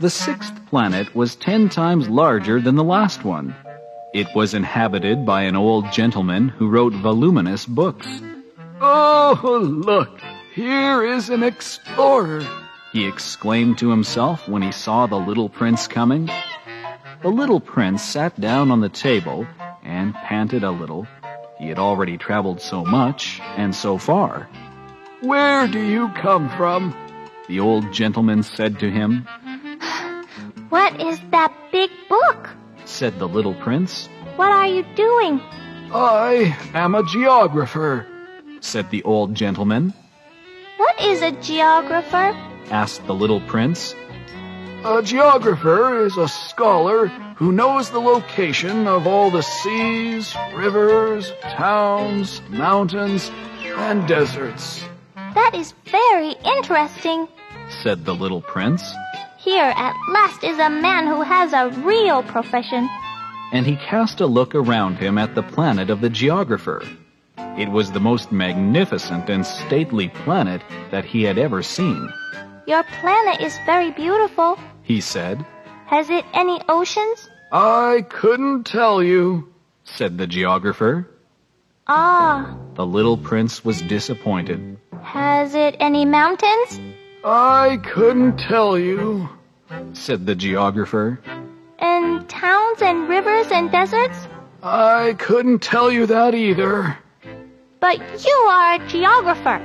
The sixth planet was ten times larger than the last one. It was inhabited by an old gentleman who wrote voluminous books. Oh, look! Here is an explorer! He exclaimed to himself when he saw the little prince coming. The little prince sat down on the table and panted a little. He had already traveled so much and so far. Where do you come from? The old gentleman said to him, What is that big book? said the little prince, What are you doing? I am a geographer. said the old gentleman, What is a geographer? asked the little prince, A geographer is a scholar who knows the location of all the seas, rivers, towns, mountains, and deserts. That is very interesting. said the little prince, Here at last is a man who has a real profession. and he cast a look around him at the planet of the geographer. It was the most magnificent and stately planet that he had ever seen. Your planet is very beautiful. He said, Has it any oceans? I couldn't tell you. said the geographer. Ah, The little prince was disappointed. has it any mountains? I couldn't tell you. Said the geographer, And towns and rivers and deserts? I couldn't tell you that either. But you are a geographer.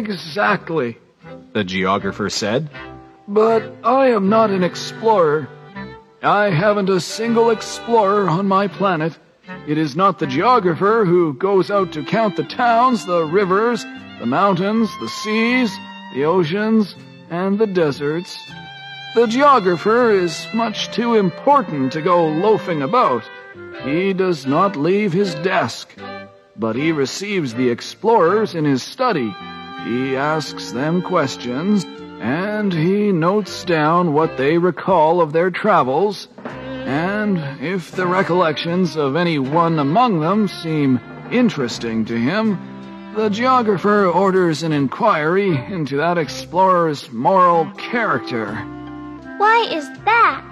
Exactly. the geographer said, But I am not an explorer. I haven't a single explorer on my planet. It is not the geographer who goes out to count the towns, the rivers, the mountains, the seas, the oceans, and the deserts. The geographer is much too important to go loafing about. He does not leave his desk. But he receives the explorers in his study. He asks them questions, and he notes down what they recall of their travels, and if the recollections of any one among them seem interesting to him, the geographer orders an inquiry into that explorer's moral character. Why is that?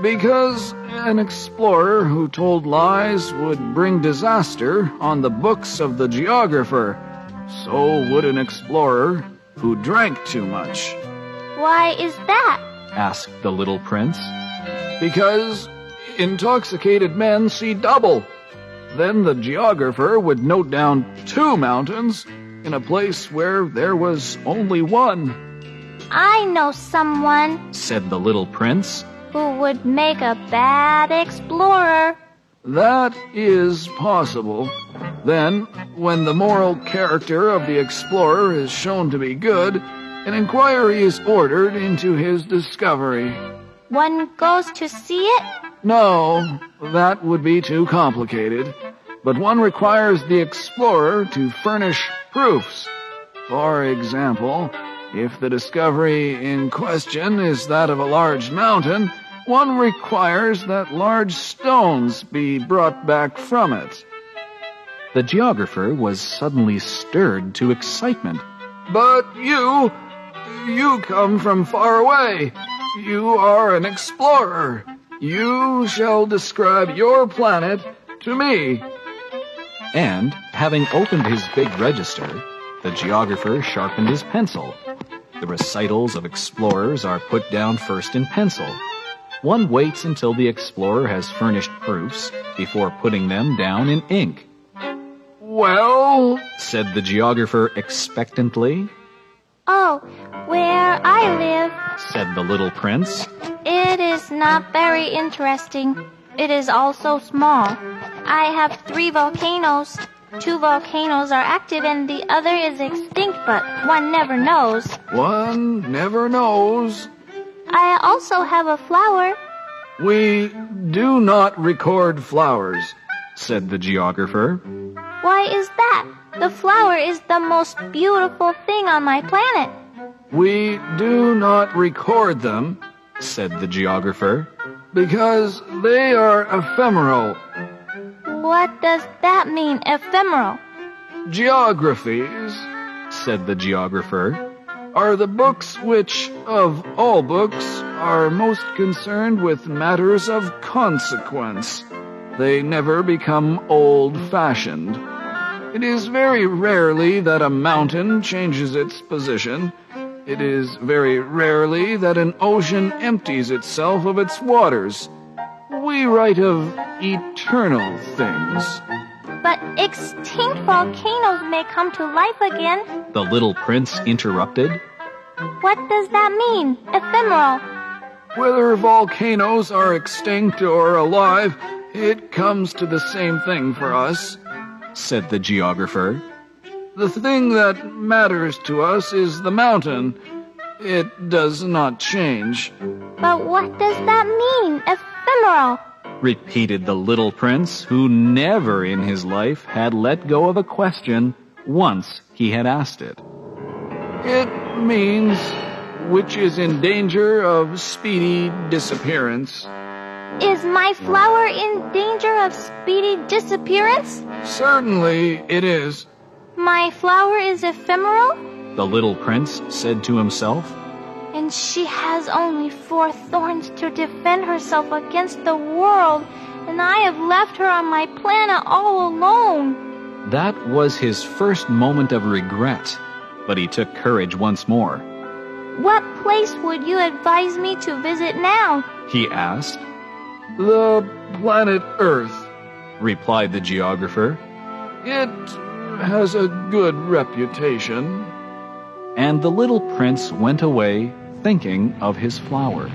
Because an explorer who told lies would bring disaster on the books of the geographer. So would an explorer who drank too much. Why is that? asked the little prince, Because intoxicated men see double. Then the geographer would note down two mountains in a place where there was only one. I know someone said the little prince, who would make a bad explorer. That is possible. Then, when the moral character of the explorer is shown to be good, an inquiry is ordered into his discovery. One goes to see it? No, that would be too complicated. But one requires the explorer to furnish proofs. For example, if the discovery in question is that of a large mountain, one requires that large stones be brought back from it. The geographer was suddenly stirred to excitement. But you, you come from far away. You are an explorer. You shall describe your planet to me. And, having opened his big register, the geographer sharpened his pencil. The recitals of explorers are put down first in pencil. One waits until the explorer has furnished proofs before putting them down in ink, Well, said the geographer expectantly, Oh, where I live, said the little prince, It is not very interesting. It is also small. I have three volcanoes. Two volcanoes are active and the other is extinct, but one never knows. one never knows. I also have a flower. We do not record flowers. said the geographer, Why is that? The flower is the most beautiful thing on my planet. We do not record them said the geographer, because they are ephemeral. What does that mean, ephemeral? Geographies said the geographer, are the books which, of all books, are most concerned with matters of consequence. They never become old fashioned. It is very rarely that a mountain changes its position. It is very rarely that an ocean empties itself of its waters. We write of eternal things. But extinct volcanoes may come to life again. The little prince interrupted. What does that mean? Ephemeral. Whether volcanoes are extinct or alive, it comes to the same thing for us. said the geographer. The thing that matters to us is the mountain. It does not change. But what does that mean? Ephemeral. Repeated the little prince, who never in his life had let go of a question once he had asked it. It means which is in danger of speedy disappearance. Is my flower in danger of speedy disappearance? Certainly it is. My flower is ephemeral, The little prince said to himself. and she has only four thorns to defend herself against the world, and I have left her on my planet all alone. That was his first moment of regret, but he took courage once more. What place would you advise me to visit now? He asked, The planet Earth. replied the geographer, It has a good reputation. and the little prince went away thinking of his flower.